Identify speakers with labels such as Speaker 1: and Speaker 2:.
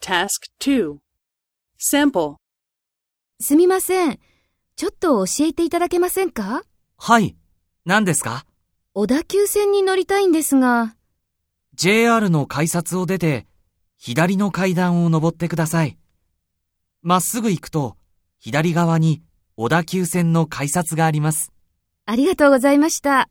Speaker 1: Task 2 Sample
Speaker 2: すみません。ちょっと教えていただけませんか
Speaker 3: はい。何ですか
Speaker 2: 小田急線に乗りたいんですが、
Speaker 3: ?JR の改札を出て、左の階段を上ってください。まっすぐ行くと、左側に小田急線の改札があります。
Speaker 2: ありがとうございました。